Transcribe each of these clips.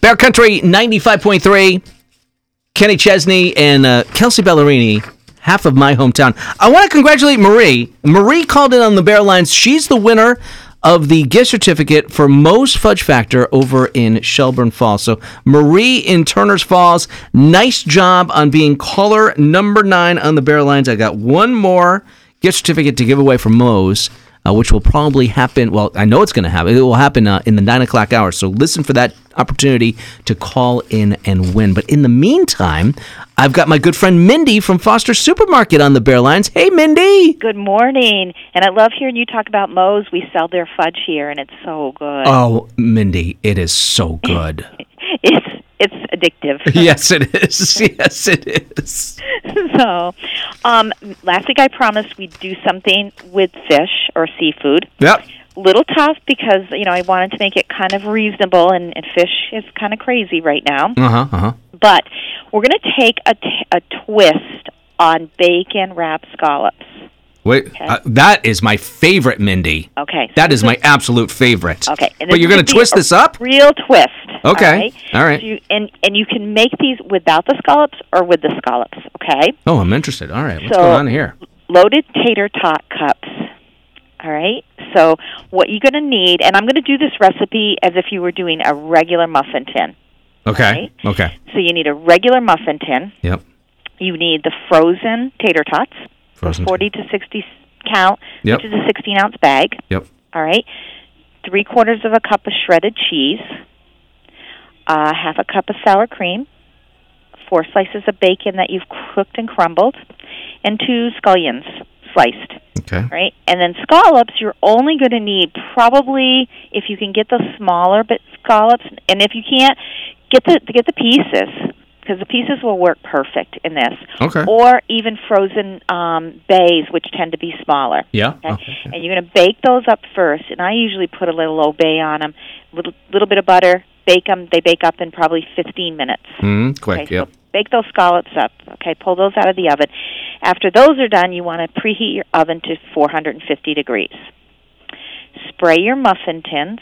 Bear Country 95.3. Kenny Chesney and uh, Kelsey Ballerini, half of my hometown. I want to congratulate Marie. Marie called in on the Bear Lines. She's the winner of the gift certificate for most fudge factor over in Shelburne Falls. So Marie in Turner's Falls, nice job on being caller number nine on the Bear Lines. I got one more gift certificate to give away from Moe's. Uh, which will probably happen. Well, I know it's going to happen. It will happen uh, in the nine o'clock hour. So listen for that opportunity to call in and win. But in the meantime, I've got my good friend Mindy from Foster Supermarket on the Bear Lines. Hey, Mindy. Good morning. And I love hearing you talk about Moe's. We sell their fudge here, and it's so good. Oh, Mindy, it is so good. It's it's addictive. yes, it is. Yes, it is. so, um, last week I promised we'd do something with fish or seafood. Yep. Little tough because you know I wanted to make it kind of reasonable, and, and fish is kind of crazy right now. Uh huh. Uh huh. But we're going to take a, t- a twist on bacon wrap scallops. Wait, uh, that is my favorite, Mindy. Okay. so That is this my absolute favorite. Okay. and uh, But this you're going could to be twist a this up? Real twist. Okay, All right. all right. So you, and and you can make these without the scallops or with the scallops. Okay. Oh, I'm interested. All right. What's So- going on here? Loaded tater tot cups. All right. So what you're going to need, and I'm going to do this recipe as if you were doing a regular muffin tin. Okay. Okay. So you need a regular muffin tin. Yep. You need the frozen tater tots, the Frozen tater- 40 to 60 count, Yep. which is a 16 ounce bag. Yep. All right. Three quarters of a cup of shredded cheese, uh, half a cup of sour cream, four slices of bacon that you've cooked and crumbled, and two scallions sliced. Okay. all Right. And then scallops, you're only going to need probably if you can get the smaller bit scallops, and if you can't, get the get the pieces because the pieces will work perfect in this. Okay. Or even frozen um, bays, which tend to be smaller. Yeah. Okay. Okay. And you're going to bake those up first. And I usually put a little au bey on them, little little bit of butter, bake them. They bake up in probably 15 minutes. Mm, quick. Okay, yep. so bake those scallops up. Okay, pull those out of the oven. After those are done, you want to preheat your oven to 450 degrees. Spray your muffin tins.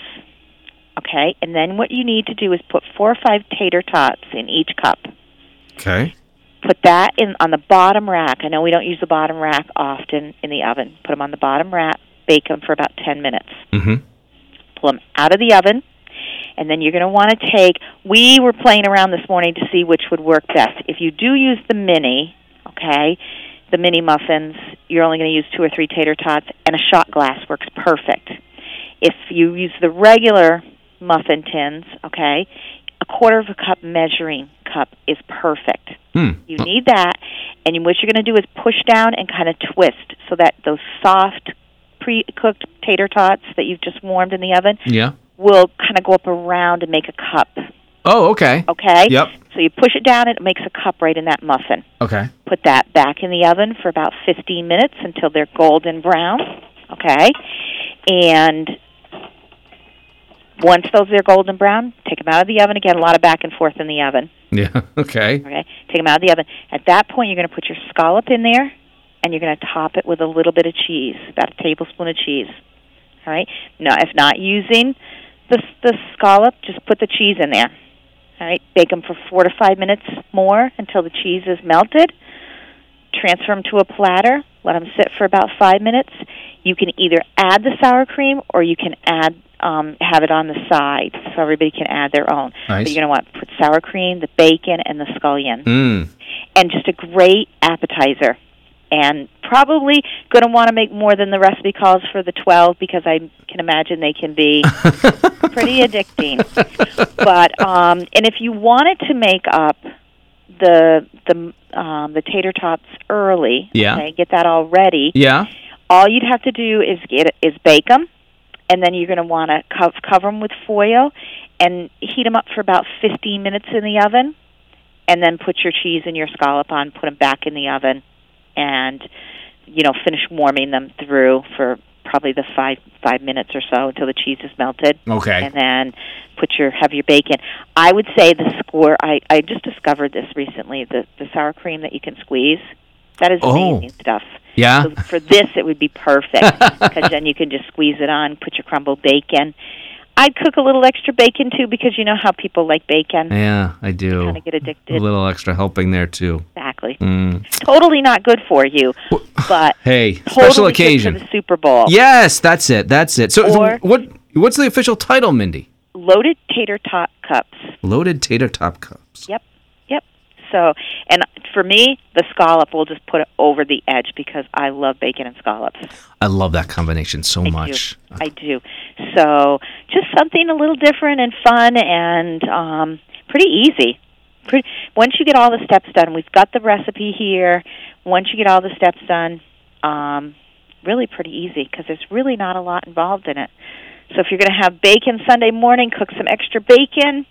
Okay, and then what you need to do is put four or five tater tots in each cup. Okay. Put that in on the bottom rack. I know we don't use the bottom rack often in the oven. Put them on the bottom rack. Bake them for about 10 minutes Mm-hmm. pull them out of the oven and then you're going to want to take we were playing around this morning to see which would work best if you do use the mini okay the mini muffins you're only going to use two or three tater tots and a shot glass works perfect if you use the regular muffin tins okay a quarter of a cup measuring cup is perfect Hmm. you need that, and what you're going to do is push down and kind of twist so that those soft, pre-cooked tater tots that you've just warmed in the oven Yeah. will kind of go up around and make a cup. Oh, okay. Okay. Yep. So you push it down, and it makes a cup right in that muffin. Okay. Put that back in the oven for about 15 minutes until they're golden brown. Okay, and once those are golden brown, take them out of the oven again. A lot of back and forth in the oven. Yeah. Okay. Okay, take them out of the oven. At that point, you're going to put your scallop in there, and you're going to top it with a little bit of cheese, about a tablespoon of cheese. All right. Now, if not using the the scallop, just put the cheese in there. All right. Bake them for four to five minutes more until the cheese is melted. Transfer them to a platter. Let them sit for about five minutes. You can either add the sour cream or you can add um, have it on the side so everybody can add their own. Nice. But you're going to want to put sour cream, the bacon, and the scallion Mm. and just a great appetizer. And probably going to want to make more than the recipe calls for the 12 because I can imagine they can be Mm. pretty addicting. But um, and if you wanted to make up the the um, the tater tots early, Yeah. okay, get that all ready. Yeah. All you'd have to do is get is bake them, and then you're going to want to co- cover them with foil and heat them up for about 15 minutes in the oven, and then put your cheese and your scallop on, put them back in the oven, and you know finish warming them through for probably the five five minutes or so until the cheese is melted Okay. and then put your have your bacon. I would say the score. I I just discovered this recently. The the sour cream that you can squeeze. That is Oh. amazing stuff. Yeah. So for this, it would be perfect because then you can just squeeze it on, put your crumbled bacon. I'd cook a little extra bacon too because you know how people like bacon. Yeah, I do. Kind of get A addicted. little extra helping there too. Exactly. Mm. Totally not good for you, but Hey, totally special good occasion. for the Super Bowl. Yes, that's it. That's it. So Or- what what's the official title, Mindy? Loaded tater tot cups. Loaded tater top cups. Yep. Yep. So, and for me, the scallop will just put it over the edge because I love bacon and scallops. I love that combination so I do. much. I do. So, just something a little different and fun and um, pretty easy. Pretty, once you get all the steps done, we've got the recipe here. Once you get all the steps done, um, really pretty easy because there's really not a lot involved in it. So, if you're going to have bacon Sunday morning, cook some extra bacon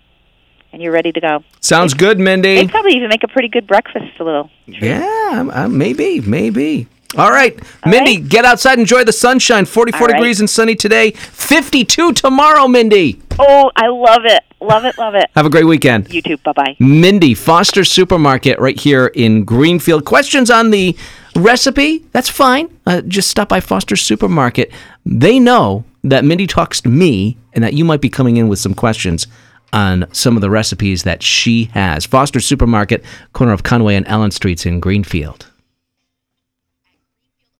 and you're ready to go. Sounds good, Mindy. They probably even make a pretty good breakfast little. Yeah, I'm- I'm- maybe, maybe. All right, Mindy, get outside, enjoy the sunshine. 44 All right. degrees and sunny today, 52 tomorrow, Mindy. Oh, I love it. Love it, love it. Have a great weekend. You too. Bye-bye. Mindy, Foster Supermarket right here in Greenfield. Questions on the recipe? That's fine. Uh, just stop by Foster Supermarket. They know that Mindy talks to me and that you might be coming in with some questions on some of the recipes that she has. Foster Supermarket, corner of Conway and Allen Streets in Greenfield.